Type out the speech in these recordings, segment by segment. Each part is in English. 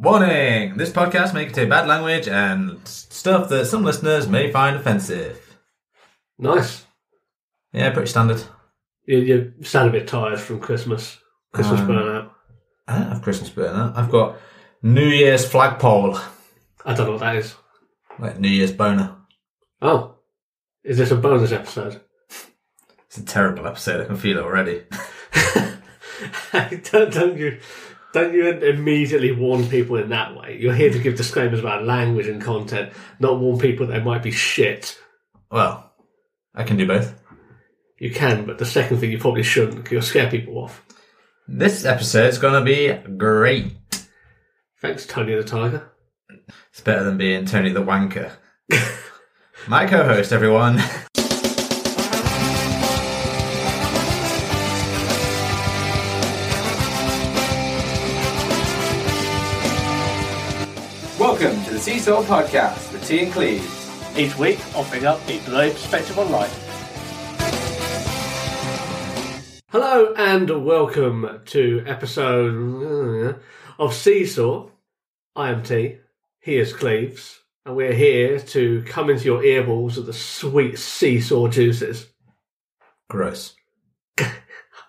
Warning! This podcast may contain bad language and s- stuff that some listeners may find offensive. Nice. Yeah, pretty standard. You, you sound a bit tired from Christmas. Christmas Um, burnout. Ah, I don't have Christmas burner. I've got New Year's flagpole, I don't know what that is. like New Year's boner. Oh, is this a bonus episode? It's a terrible episode. I can feel it already. don't, don't you? Don't you immediately warn people in that way? You're here to give disclaimers about language and content, not warn people they might be shit. Well, I can do both. You can, but the second thing you probably shouldn't, 'cause you'll scare people off. This episode's gonna be great. Thanks, Tony the Tiger. It's better than being Tony the Wanker. My co-host, everyone. Welcome to the Seesaw Podcast with T and Cleves. Each week, offering up a below perspective on life. Hello and welcome to episode uh, of Seesaw. I am T, he is Cleves, and we're here to come into your earballs with the sweet seesaw juices. Gross.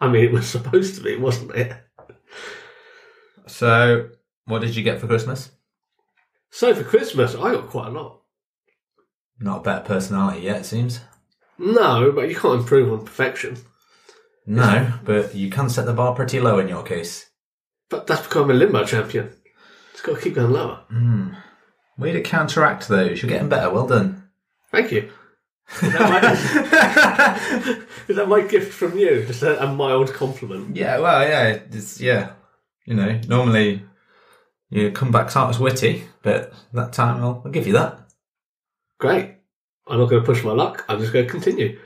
I mean, it was supposed to be, wasn't it? So, what did you get for Christmas? So for Christmas, I got quite a lot. Not a better personality yet, it seems. No, but you can't improve on perfection. No, but you can set the bar pretty low in your case. But that's because I'm a limbo champion. It's got to keep going lower. Way to counteract those. You're getting better. Well done. Thank you. Is that my, is that my gift from you? Just a, a mild compliment. Yeah. Well. Yeah. It's yeah. You know, normally your comebacks aren't as witty, but that time I'll, I'll give you that. Great. I'm not going to push my luck. I'm just going to continue.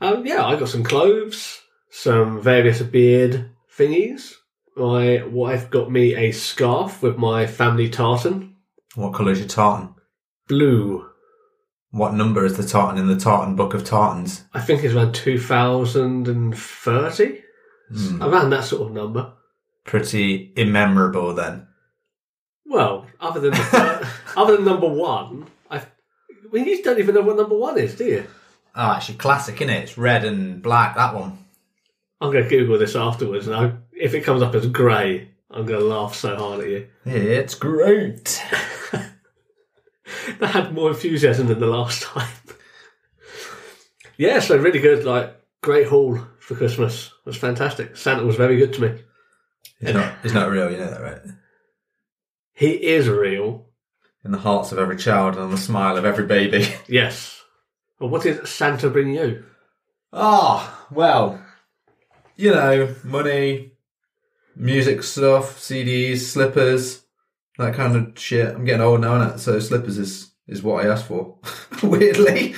Um, yeah, I got some cloves, some various beard thingies. My wife got me a scarf with my family tartan, What colour's your tartan? blue. What number is the tartan in the tartan book of tartans? I think it's around 2030, around that sort of number. Pretty immemorable then. Well, other than the fir- other than number one, I well, you don't even know what number one is, do you? Ah, it's your classic, innit? It's red and black. That one. I'm going to Google this afterwards, and I, if it comes up as grey, I'm going to laugh so hard at you. It's great. That had more enthusiasm than the last time. yeah, so really good, like great haul for Christmas. It was fantastic. Santa was very good to me. It's not. It's not real. You know that, right? He is real. In the hearts of every child and on the smile of every baby. Yes. Well, what did Santa bring you? Ah, well, you know, money, music stuff, CDs, slippers, that kind of shit. I'm getting old now, innit? So slippers is is what I asked for. Weirdly,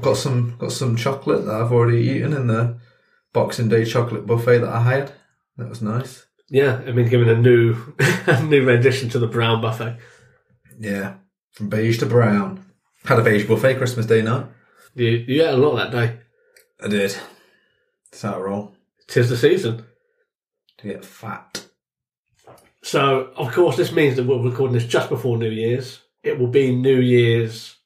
got some got some chocolate that I've already eaten in the Boxing Day chocolate buffet that I had. That was nice. Yeah, I mean, given a new a new rendition to the brown buffet. Yeah, from beige to brown. Had a beige buffet Christmas Day night. You you ate a lot that day. I did. That's how I roll. Tis the season. To get fat. So, of course, this means that we're recording this just before New Year's. It will be New Year's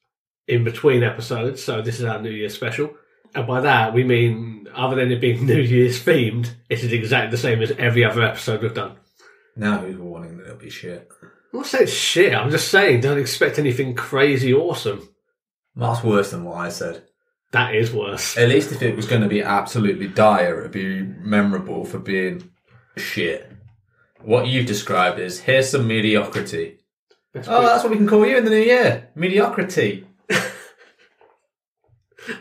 in between episodes, so this is our New Year's special. And by that, we mean, other than it being New Year's themed, it is exactly the same as every other episode we've done. Now who's warning that it'll be shit? I'm not saying shit, I'm just saying don't expect anything crazy awesome. That's worse than what I said. That is worse. At least if it was going to be absolutely dire, it'd be memorable for being shit. What you've described is here's some mediocrity. Best Oh, that's what we can call you in the new year. Mediocrity.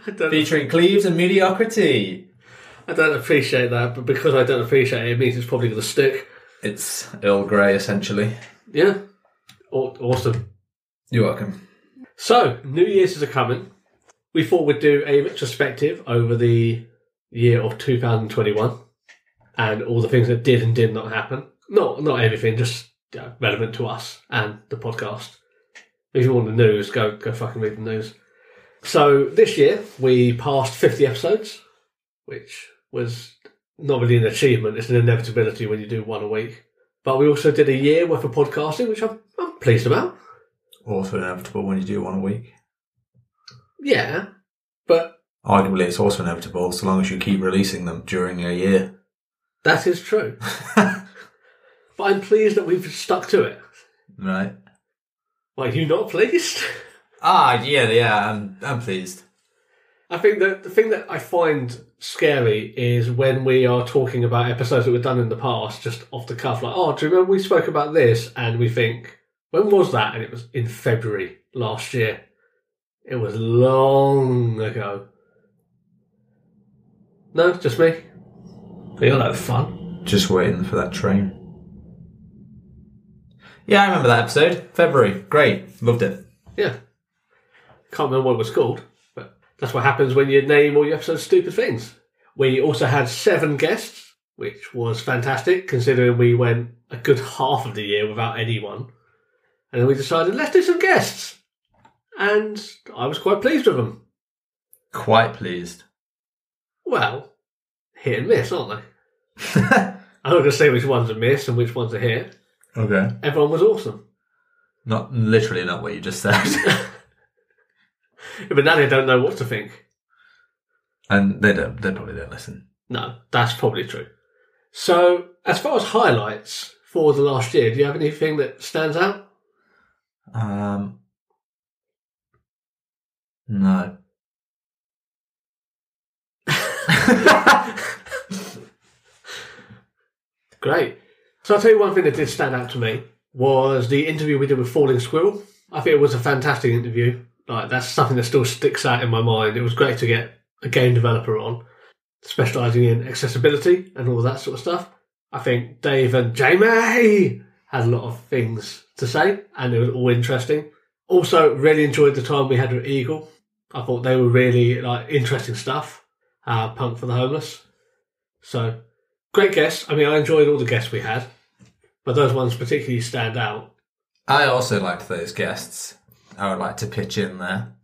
I, don't, Featuring Cleves and mediocrity. I don't appreciate that, but because I don't appreciate it, it means it's probably going to stick. It's Earl Grey, essentially. Yeah. Aw- Awesome. You're welcome. So, New Year's is a coming. We thought we'd do a retrospective over the year of 2021 and all the things that did and did not happen. Not not everything, just uh, relevant to us and the podcast. If you want the news, go go fucking read the news. So this year we passed 50 episodes, which was not really an achievement. It's an inevitability when you do one a week. But we also did a year worth of podcasting, which I'm, I'm pleased about. Also inevitable when you do one a week. Yeah, but Arguably, it's also inevitable so long as you keep releasing them during a year. that is true. but I'm pleased that we've stuck to it. Right. Why are you not pleased? Ah, yeah, yeah, I'm, I'm pleased. I think that the thing that I find scary is when we are talking about episodes that were done in the past, just off the cuff, like, oh, do you remember we spoke about this? And we think, when was that? And it was in February last year. It was long ago. No, just me. You're like fun. Just waiting for that train. Yeah, I remember that episode. February. Great. Loved it. Yeah. Can't remember what it was called, but that's what happens when you name all your episodes stupid things. We also had seven guests, which was fantastic considering we went a good half of the year without anyone. And then we decided, let's do some guests. And I was quite pleased with them. Quite pleased. Well, hit and miss, aren't they? I'm not going to say which ones are miss and which ones are hit. Okay. Everyone was awesome. Not literally not what you just said. But now they don't know what to think. and they don't they probably don't listen. No, that's probably true. So, as far as highlights for the last year, do you have anything that stands out? Um No. Great. So, I'll tell you one thing that did stand out to me was the interview we did with Falling Squirrel. I think it was a fantastic interview. Like, that's something that still sticks out in my mind. It was great to get a game developer on, specialising in accessibility and all that sort of stuff. I think Dave and Jamie had a lot of things to say, and it was all interesting. Also, really enjoyed the time we had with Eagle. I thought they were really like interesting stuff. Uh, Punk for the homeless. So great guests. I mean, I enjoyed all the guests we had, but those ones particularly stand out. I also liked those guests. I would like to pitch in there.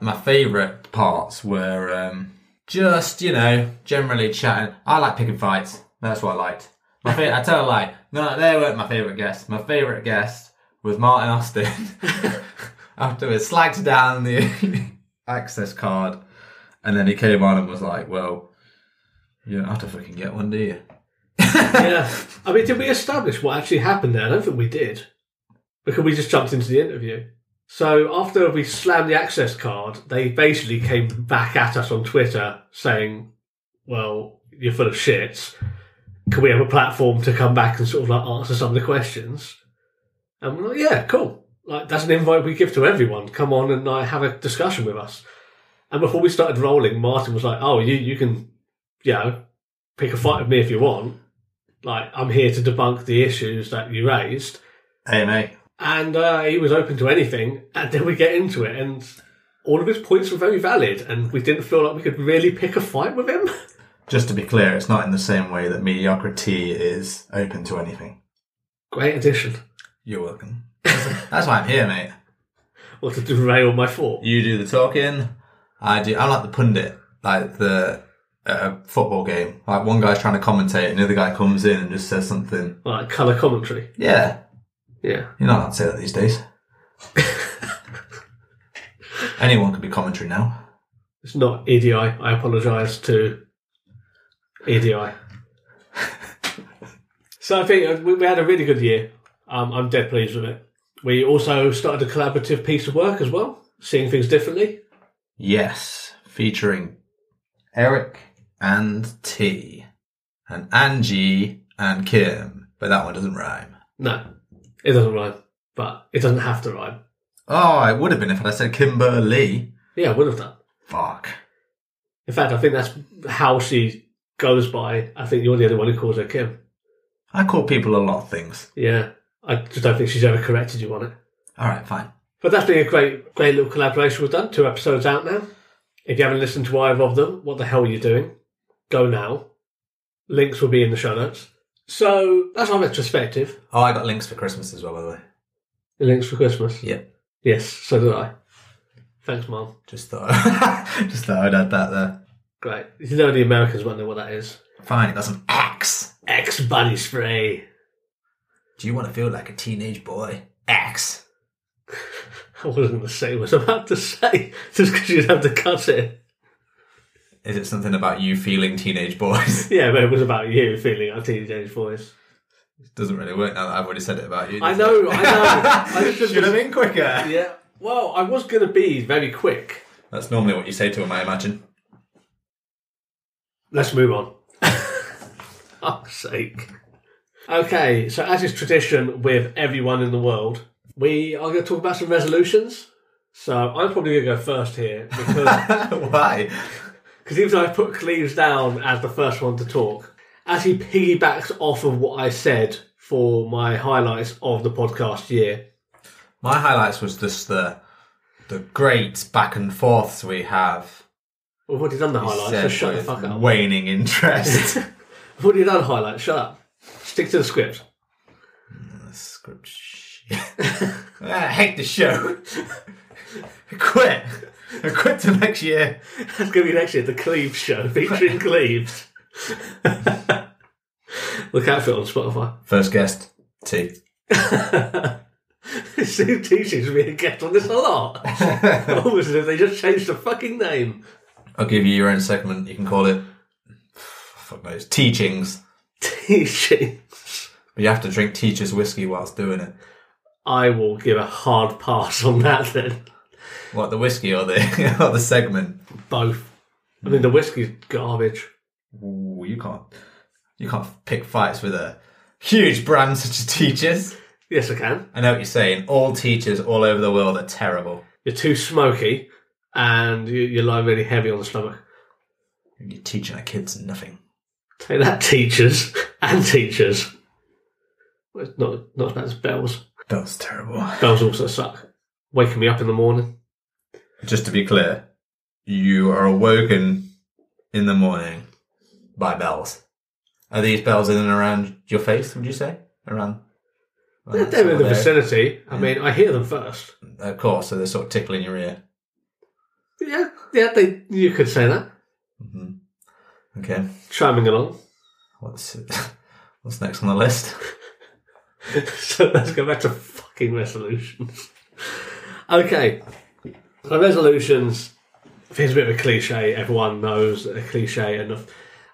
My favourite parts were um, just, you know, generally chatting. I like picking fights. That's what I liked. My fa- I tell a lie. No, they weren't my favourite guest. My favourite guest was Martin Austin. After we slagged down the access card, and then he came on and was like, "Well, you don't have to fucking get one, do you?" yeah. I mean, did we establish what actually happened there? I don't think we did, because we just jumped into the interview. So after we slammed the access card, they basically came back at us on Twitter saying, "Well, you're full of shit. Can we have a platform to come back and sort of like answer some of the questions?" And we're like, "Yeah, cool. Like that's an invite we give to everyone. Come on and like, have a discussion with us." And before we started rolling, Martin was like, "Oh, you you can, you know, pick a fight with me if you want." like I'm here to debunk the issues that you raised, Hey, mate. and uh, he was open to anything. And then we get into it, and all of his points were very valid, and we didn't feel like we could really pick a fight with him. Just to be clear, it's not in the same way that mediocrity is open to anything. Great addition. You're welcome. That's why I'm here, mate. Or to derail my thought. You do the talking. I do. I'm like the pundit, like the uh, football game. Like one guy's trying to commentate, and the other guy comes in and just says something. Like colour commentary. Yeah, Yeah. you're not allowed to say that these days. Anyone can be commentary now. It's not EDI. I apologise to EDI. so I think uh, we we had a really good year. Um, I'm dead pleased with it. We also started a collaborative piece of work as well, seeing things differently. Yes, featuring Eric and T, and Angie and Kim, but that one doesn't rhyme. No, it doesn't rhyme, but it doesn't have to rhyme. Oh, it would have been if I said Kimberly. Yeah, I would have done. Fuck. In fact, I think that's how she goes by. I think you're the only one who calls her Kim. I call people a lot of things. Yeah. I just don't think she's ever corrected you on it. All right, fine. But that's been a great, great little collaboration we've done. Two episodes out now. If you haven't listened to either of them, what the hell are you doing? Go now. Links will be in the show notes. So that's our retrospective. Oh, I got links for Christmas as well, by the way. The links for Christmas. Yeah, Yes, so did I. Thanks, Mum. just thought, just thought I'd add that there. Great. You know the Americans won't know what that is. Fine, it got some X. X body spray. Do you want to feel like a teenage boy? X. I wasn't going to say what I was about to say, just because you'd have to cut it. Is it something about you feeling teenage boys? Yeah, but it was about you feeling our teenage voice. Doesn't really work now that I've already said it about you. I does know, it? I know. I just- Should have been quicker. Yeah. Well, I was going to be very quick. That's normally what you say to him, I imagine. Let's move on. Fuck's sake. Okay, so as is tradition with everyone in the world, we are going to talk about some resolutions. So I'm probably going to go first here because Why? cause even though I put Cleves down as the first one to talk, as he piggybacks off of what I said for my highlights of the podcast year, My highlights was just the the great back and forths we have. we've already done the highlights, so Said shut the with fuck up. Waning interest. We've already done highlights, shut up. Stick to the script. Script shit. Ah, I hate the show. I quit. I quit till next year. It's going to be next year, the Cleves Show, featuring Cleves. Look out for it on Spotify. First guest, T. Sue teaches me a get on this a lot. Almost as if they just changed the fucking name. I'll give you your own segment. You can call it. Fuck knows. Teachings. Teaching. But you have to drink teacher's whiskey whilst doing it. I will give a hard pass on that then. What, the whiskey or the, or the segment? Both. I mean, the whiskey's garbage. Ooh, you can't. You can't pick fights with a huge brand such as teachers. Yes, I can. I know what you're saying. All teachers all over the world are terrible. You're too smoky and you, you lie really heavy on the stomach. You're teaching our kids nothing. Take that, teachers and teachers. Well, it's not, not as bad as bells. That's terrible. Bells also suck. Waking me up in the morning. Just to be clear, you are awoken in the morning by bells. Are these bells in and around your face, would you say? Around? They're, they're in the vicinity. I mean, I hear them first. Of course, so they're sort of tickling your ear. Yeah, yeah, they. You could say that. Okay, Chiming along. what's what's next on the list? so let's go back to fucking resolutions. okay. So resolutions. I think it's a bit of a cliche. Everyone knows a cliche enough.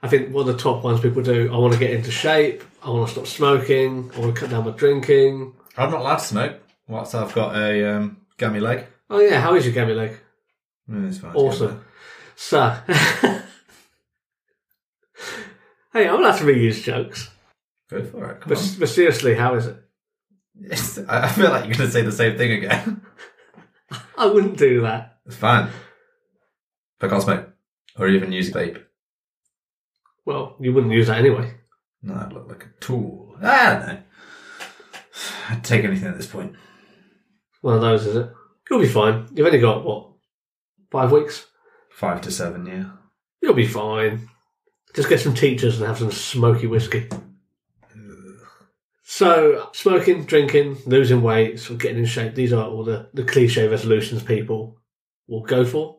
I think one of the top ones people do. I want to get into shape. I want to stop smoking. I want to cut down my drinking. I'm not allowed to smoke. Whilst I've got a um, gummy leg. Oh yeah, how is your gammy leg? Mm, it's fine, it's Awesome. So, hey, I'm allowed to reuse jokes. Go for it. Come But, on. but seriously, how is it? Yes, I I feel like you're going to say the same thing again. I wouldn't do that. It's fine. If I can't smoke or even use vape, Well, you wouldn't use that anyway. no, I'd look like a tool. I don't know. I'd take anything at this point. One of those, is it? You'll be fine. You've only got, what, five weeks? Five to seven, yeah. You'll be fine. Just get some teachers and have some smoky whiskey. So, smoking, drinking, losing weight, sort of getting in shape, these are all the, the cliche resolutions people will go for.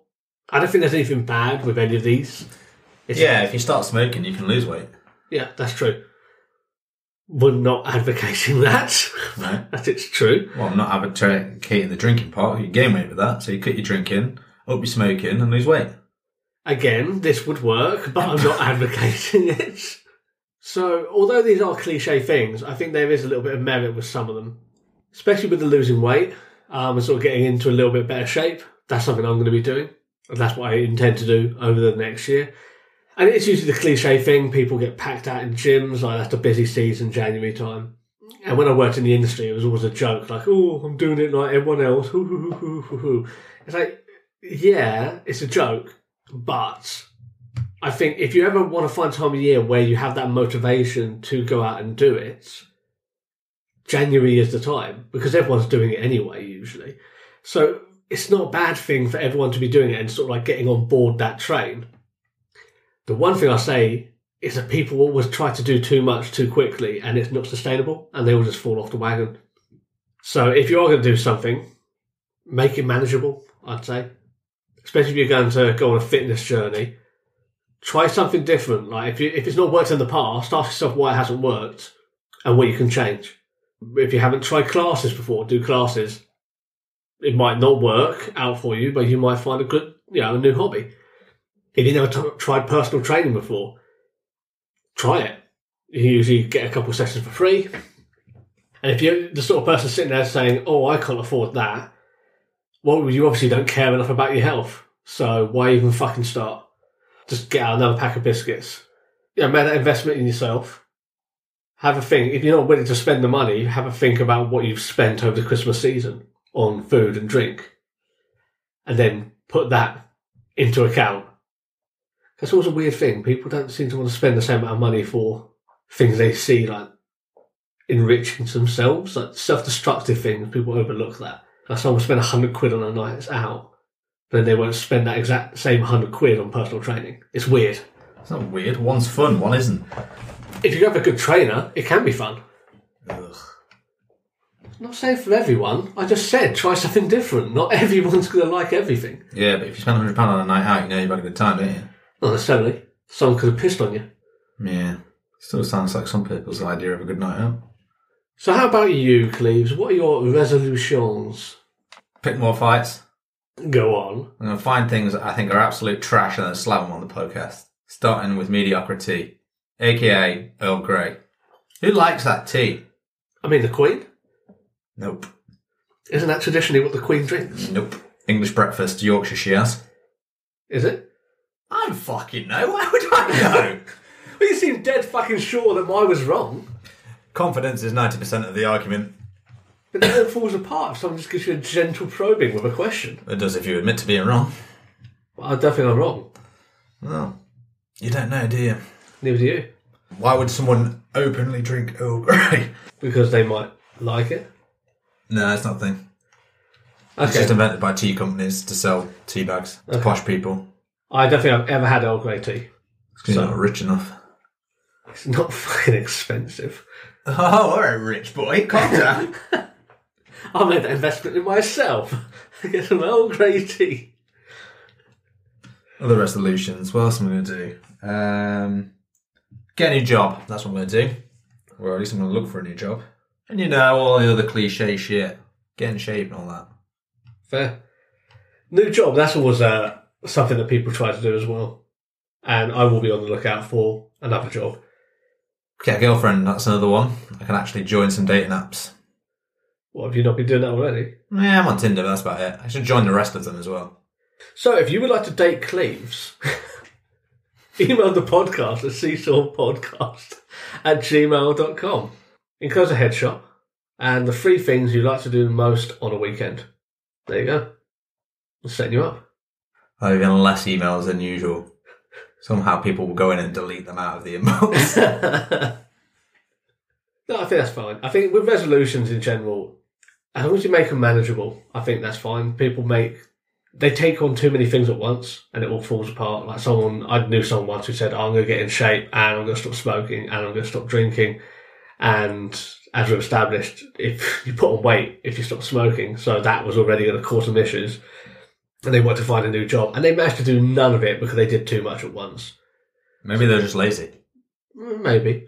I don't think there's anything bad with any of these. It's- Yeah, if you start smoking, you can lose weight. Yeah, that's true. We're not advocating that. No. that it's true. Well, I'm not advocating the drinking part. You gain weight with that, so you cut your drinking, up your smoking, and lose weight. Again, this would work, but I'm not advocating it. So, although these are cliche things, I think there is a little bit of merit with some of them, especially with the losing weight um, and sort of getting into a little bit better shape. That's something I'm going to be doing, and that's what I intend to do over the next year. And it's usually the cliche thing people get packed out in gyms, like that's the busy season, January time. And when I worked in the industry, it was always a joke, like, oh, I'm doing it like everyone else. hoo, hoo, hoo, hoo, hoo, hoo." It's like, yeah, it's a joke, but I think if you ever want to find time of year where you have that motivation to go out and do it, January is the time because everyone's doing it anyway, usually. So it's not a bad thing for everyone to be doing it and sort of like getting on board that train. The one thing I say is that people always try to do too much too quickly and it's not sustainable and they will just fall off the wagon. So if you are going to do something, make it manageable, I'd say. Especially if you're going to go on a fitness journey, try something different. Like if you, if it's not worked in the past, ask yourself why it hasn't worked and what you can change. If you haven't tried classes before, do classes. It might not work out for you, but you might find a good, you know, a new hobby. If you never t- tried personal training before, try it. You usually get a couple of sessions for free. And if you're the sort of person sitting there saying, "Oh, I can't afford that," well, you obviously don't care enough about your health. So why even fucking start? Just get out another pack of biscuits. You know, make that investment in yourself. Have a think. If you're not willing to spend the money, have a think about what you've spent over the Christmas season on food and drink, and then put that into account. That's always a weird thing. People don't seem to want to spend the same amount of money for things they see like enriching themselves, like self-destructive things. People overlook that. Like someone will spend a hundred quid on a night out, then they won't spend that exact same hundred quid on personal training. It's weird. It's not weird. One's fun, one isn't. If you have a good trainer, it can be fun. Ugh. I'm not saying for everyone. I just said try something different. Not everyone's going to like everything. Yeah, but if you spend hundred pound on a night out, you know you've had a good time, don't you? Not necessarily. Someone could have pissed on you. Yeah. Still sounds like some people's idea of a good night out. So how about you, Cleves? What are your resolutions? Pick more fights. Go on. I'm going to find things that I think are absolute trash and then slam them on the podcast. Starting with mediocrity, aka Earl Grey. Who likes that tea? I mean, the Queen. Nope. Isn't that traditionally what the Queen drinks? Nope. English breakfast, Yorkshire Shears. Is it? I don't fucking know. Why would I know? Well, you seem dead fucking sure that mine was wrong. Confidence is 90% of the argument. But then it falls apart if someone just gives you a gentle probing with a question. It does if you admit to being wrong. Well, I don't think I'm wrong. Well, you don't know, do you? Neither do you. Why would someone openly drink Earl Grey? Because they might like it. No, it's not a thing. It's Okay. just invented by tea companies to sell tea bags to posh people. I don't think I've ever had Earl Grey tea. It's 'cause you're not rich enough. It's not fucking expensive. Oh, all right, rich boy, calm down. I made that investment in myself. I get some Earl Grey tea. Other resolutions. What else am I going to do? Um, get a new job. That's what I'm going to do. Or at least I'm going to look for a new job. And you know all the other cliche shit. Get in shape and all that. Fair. New job. That's always uh, something that people try to do as well. And I will be on the lookout for another job. Get a girlfriend. That's another one. I can actually join some dating apps. What have you not been doing that already? Yeah, I'm on Tinder. But that's about it. I should join the rest of them as well. So, if you would like to date Cleves, email the podcast at seesawpodcast at gmail.com. Enclose a headshot and the three things you like to do most on a weekend. There you go. I'm setting you up. I've even less emails than usual. Somehow people will go in and delete them out of the inbox. No, I think that's fine. I think with resolutions in general, as long as you make them manageable, I think that's fine. People make they take on too many things at once, and it all falls apart. Like someone I knew someone once who said, "Oh, "I'm going to get in shape, and I'm going to stop smoking, and I'm going to stop drinking." And as we've established, if you put on weight, if you stop smoking, so that was already going to cause some issues. And they wanted to find a new job, and they managed to do none of it because they did too much at once. Maybe they're just lazy. Mm, Maybe.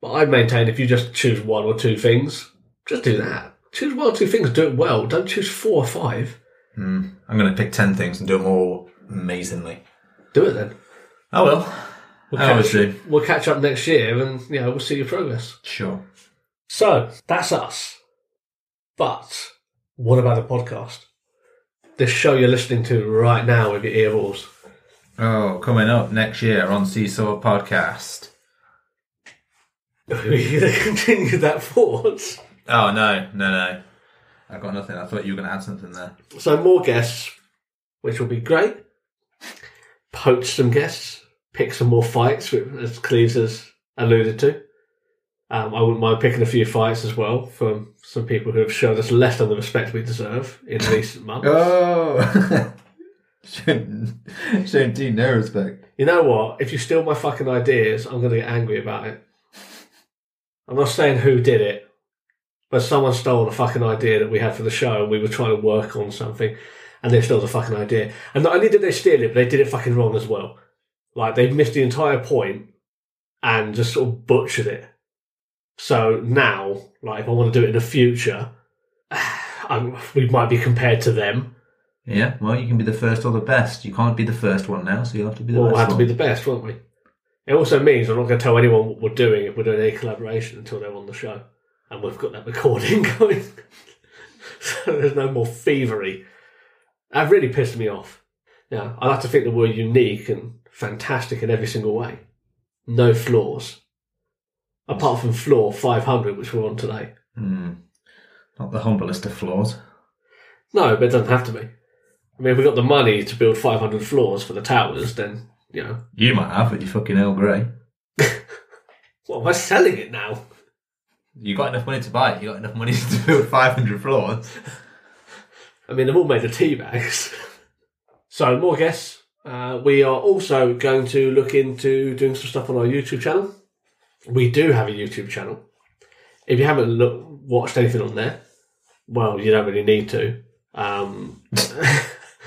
But I maintain if you just choose one or two things, just do that. Choose one or two things, do it well. Don't choose four or five. Hmm. I'm going to pick 10 things and do them all amazingly. Do it then. Oh, well. We'll I always do. We'll catch up next year and you know, we'll see your progress. Sure. So that's us. But what about the podcast? This show you're listening to right now with your earballs. Oh, coming up next year on Seesaw Podcast. You're going to continue that forward. Oh, no, no, no. I've got nothing. I thought you were going to add something there. So more guests, which will be great. Poach some guests. pick some more fights, which- as Cleves has alluded to. Um, I wouldn't mind picking a few fights as well from some people who have shown us less than the respect we deserve in recent months. Oh, showing showing Dean no respect. You know what? If you steal my fucking ideas, I'm going to get angry about it. I'm not saying who did it, but someone stole a fucking idea that we had for the show and we were trying to work on something and they stole the fucking idea. And not only did they steal it, but they did it fucking wrong as well. Like, they missed the entire point and just sort of butchered it. So now, like, if I want to do it in the future, I'm, we might be compared to them Yeah, well, you can be the first or the best. You can't be the first one now, so you'll have to be the Well, we'll best have to one. be the best, won't we? It also means I'm not going to tell anyone what we're doing if we're doing any collaboration until they're on the show. And we've got that recording going. so there's no more thievery. That really pissed me off. Now, I like to think that we're unique and fantastic in every single way. No flaws. Apart from flaw 500, which we're on today. Hmm. Not the humblest of flaws. No, but it doesn't have to be. I mean, if we got the money to build 500 floors for the towers, then, you know, You might have with your fucking Earl Grey. what am I selling it now? You got enough money to buy it. You got enough money to build 500 floors. I mean, they're all made of tea bags. so, more guests. Uh, we are also going to look into doing some stuff on our YouTube channel. We do have a YouTube channel. If you haven't look, watched anything on there, well, you don't really need to. Um,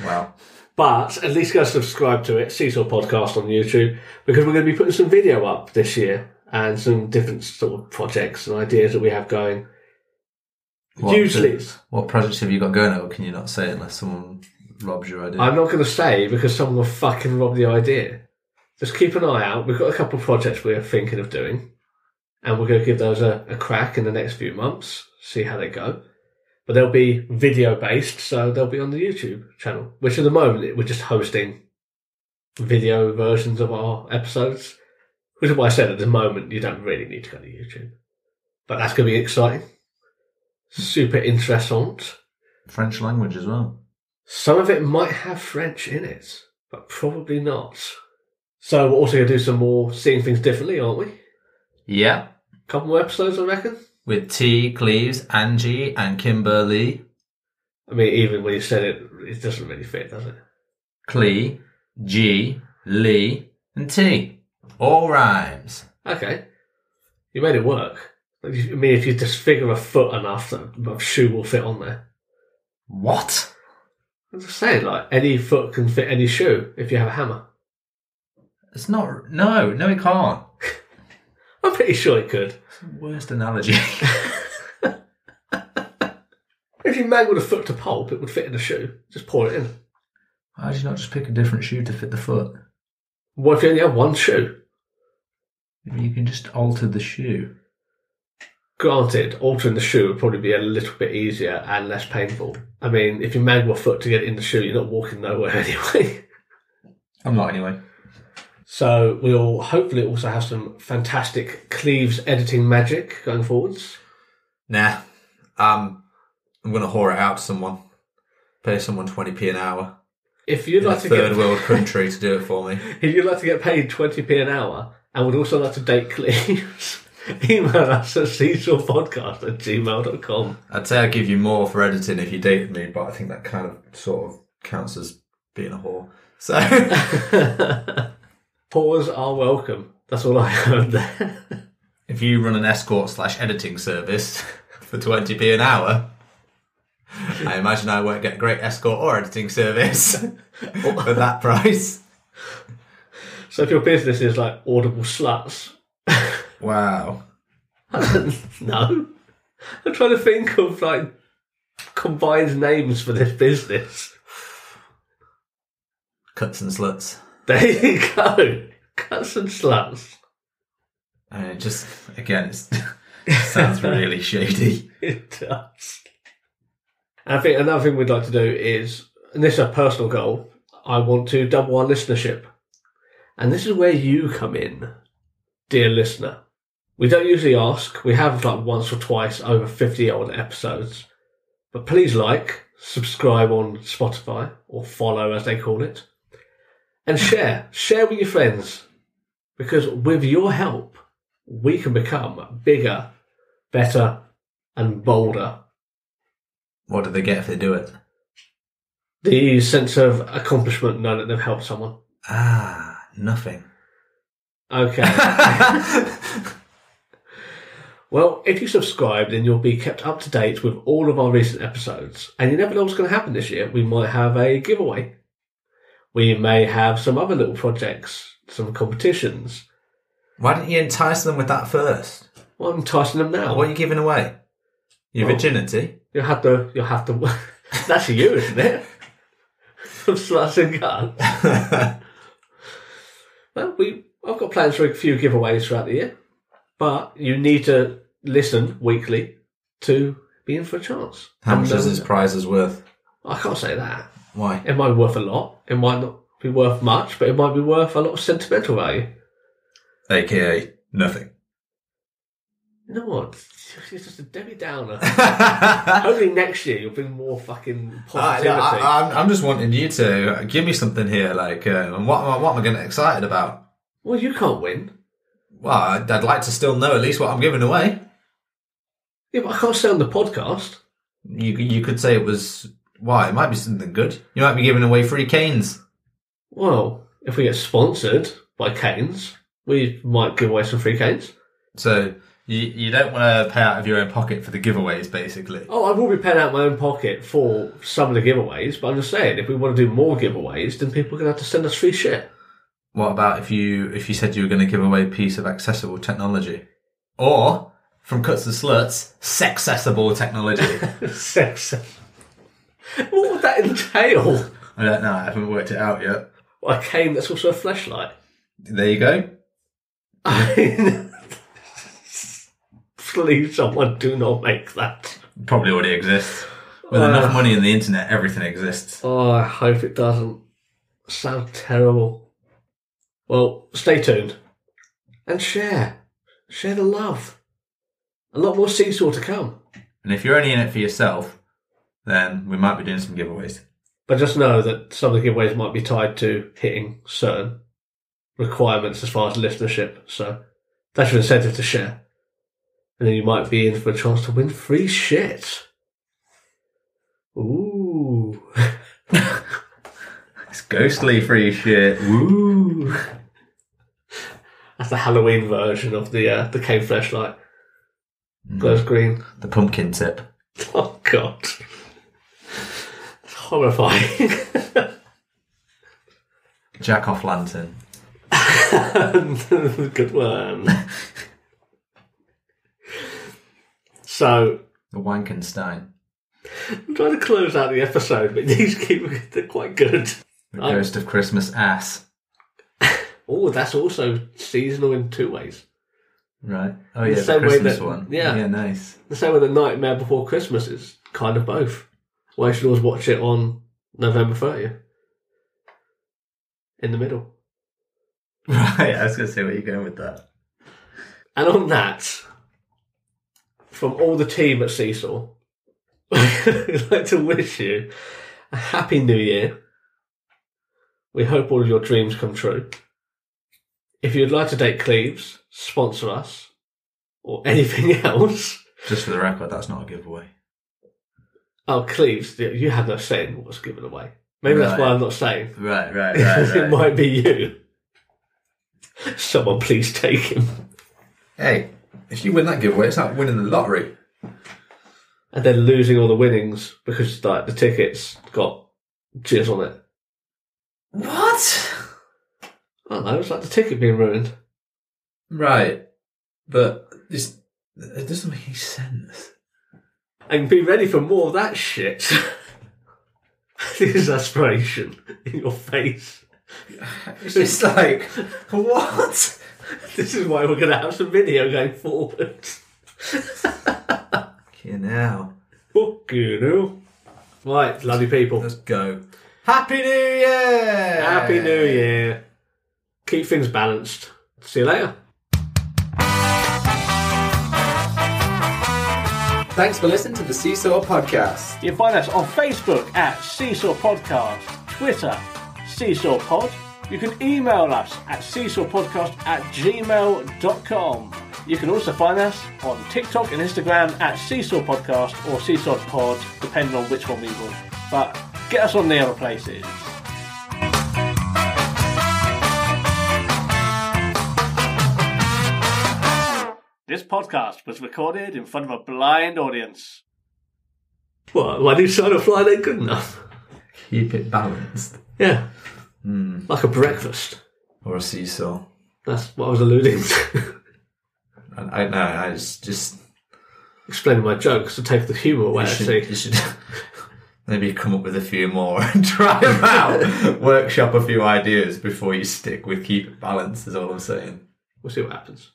Wow. but at least go subscribe to it, Seesaw Podcast on YouTube, because we're going to be putting some video up this year and some different sort of projects and ideas that we have going. Usually, it's- What projects have you got going or can you not say unless someone robs your idea? I'm not going to say because someone will fucking rob the idea. Just keep an eye out. We've got a couple of projects we're thinking of doing, and we're going to give those a, a crack in the next few months, see how they go. But they'll be video based, so they'll be on the YouTube channel, which at the moment we're just hosting video versions of our episodes, which is why I said at the moment you don't really need to go to YouTube. But that's going to be exciting. Super interesting. French language as well. Some of it might have French in it, but probably not. So we're also going to do some more seeing things differently, aren't we? Yeah. couple more episodes, I reckon. With T, Cleves, Angie, and Kimberly. I mean, even when you said it, it doesn't really fit, does it? Clee, G, Lee, and T. All rhymes. Okay, you made it work. I mean, if you just figure a foot enough, that a shoe will fit on there. What? I'm just saying, like any foot can fit any shoe if you have a hammer. It's not. No, no, it can't. I'm pretty sure it could. It's the worst analogy. If you mangled a foot to pulp, it would fit in a shoe. Just pour it in. Why did you not just pick a different shoe to fit the foot? What if you only have one shoe? You can just alter the shoe. Granted, altering the shoe would probably be a little bit easier and less painful. I mean, if you mangle a foot to get in the shoe, you're not walking nowhere anyway. I'm not anyway. So we'll hopefully also have some fantastic Cleves editing magic going forwards. Nah, um, I'm gonna whore it out to someone. Pay someone 20p an hour If you'd in a like to third get world country to do it for me. if you'd like to get paid twenty p an hour and would also like to date Cleves, email us at seesawpodcast at gmail.com. I'd say I'd give you more for editing if you dated me, but I think that kind of sort of counts as being a whore. So Paws are welcome. That's all I heard there. If you run an escort slash editing service for 20p an hour, I imagine I won't get a great escort or editing service for that price. So if your business is like audible sluts, Wow. No. I'm trying to think of like combined names for this business. Cuts and sluts. There you go. Cuts and sluts. I mean, it just, again, it's, it sounds really shady. It does. I think another thing we'd like to do is, and this is a personal goal, I want to double our listenership. And this is where you come in, dear listener. We don't usually ask, we have like once or twice over 50 odd episodes. But please like, subscribe on Spotify, or follow as they call it, and share. Share with your friends. Because with your help, we can become bigger, better, and bolder. What do they get if they do it? The sense of accomplishment knowing that they've helped someone. Ah, nothing. Okay. well, if you subscribe, then you'll be kept up to date with all of our recent episodes. And you never know what's going to happen this year. We might have a giveaway. We may have some other little projects, some competitions. Why didn't you entice them with that first? Well, I'm enticing them now. What are you giving away? Your Well- virginity? You'll have to. You'll have to. That's you, isn't it? From Sluts and Guns. well, we. I've got plans for a few giveaways throughout the year, but you need to listen weekly to be in for a chance. How much And, is um, this prize is worth? I can't say that. Why? It might be worth a lot. It might not be worth much, but it might be worth a lot of sentimental value. AKA nothing. You know what? It's just a Debbie Downer. Only next year you'll bring more fucking positivity. I, I, am just wanting you to give me something here, like, uh, and what, am I- what am I getting excited about? well, you can't win. Well, I'd, I'd like to still know at least what I'm giving away. Yeah, but I can't say on the podcast. You, you could say it was, why? It might be something good. You might be giving away free canes. Well, if we get sponsored by Canes, we might give away some free canes. So you, you don't want to pay out of your own pocket for the giveaways, basically. Oh, I will be paying out my own pocket for some of the giveaways, but I'm just saying, if we want to do more giveaways, then people are going to have to send us free shit. What about if you if you said you were going to give away a piece of accessible technology, or from cuts to sluts, sexcessible technology? Sex. what would that entail? I don't know. I haven't worked it out yet. A cane that's also a flashlight. There you go. I mean, please, someone do not make that. Probably already exists. With Uh. enough money in the internet, everything exists. Oh, I hope it doesn't. Sound terrible. Well, stay tuned and share. Share the love. A lot more seesaw to come. And if you're only in it for yourself, then we might be doing some giveaways. But just know that some of the giveaways might be tied to hitting certain requirements as far as listenership. So that's your incentive to share. And then you might be in for a chance to win free shit. Ooh. It's ghostly free shit. Woo! That's the Halloween version of the uh, the cave flashlight. Glows green. The pumpkin tip. Oh god. It's horrifying. Jack off lantern. Good one. so The Wankenstein. I'm trying to close out the episode, but these keep they're quite good. The Oh. ghost of Christmas ass. Oh, that's also seasonal in two ways. Right. Oh yeah, the, same way Christmas that- one. yeah. Yeah, nice. The same with the Nightmare Before Christmas is kind of both. Why you should always watch it on November 30th. In the middle. Right. I was gonna say where you're going with that. And on that, from all the team at Seesaw, I'd like to wish you a happy new year. We hope all of your dreams come true. If you'd like to date Cleves, sponsor us, or anything else. Just for the record, that's not a giveaway. Oh, Cleves, you- you have no say in what's given away. Maybe that's why Right. I'm not saying. Right, right, it might be you. Someone please take him. Hey, if you win that giveaway, it's like winning the lottery. and then losing all the winnings because like the tickets got jizz on it. What? I don't know. It's like the ticket being ruined. Right, but this it doesn't make any sense. And be ready for more of that shit. this is aspiration in your face. It's just like what? This is why we're going to have some video going forward. Okay, now Fucking hell. Oh, Right, lovely people. let's go. Happy New Year! Happy New Year. Keep things balanced. See you later. Thanks for listening to the Seesaw Podcast. You can find us on Facebook at Seesaw Podcast, Twitter, Seesaw Pod, You can email us at seesawpodcast at gmail.com. You can also find us on TikTok and Instagram at Seesaw Podcast or Seesaw Pod, depending on which one we want. But get us on the other places. This podcast was recorded in front of a blind audience. What? Why do you sign a fly ain't good enough? Keep it balanced. Yeah. Hmm. Like a breakfast. Or a seesaw. That's what I was alluding to. And I no, I just just Explaining my jokes to take the humour away. you I should, see. you should maybe come up with a few more and try them out. Workshop a few ideas before you stick with keep it balanced. Is all I'm saying. We'll see what happens.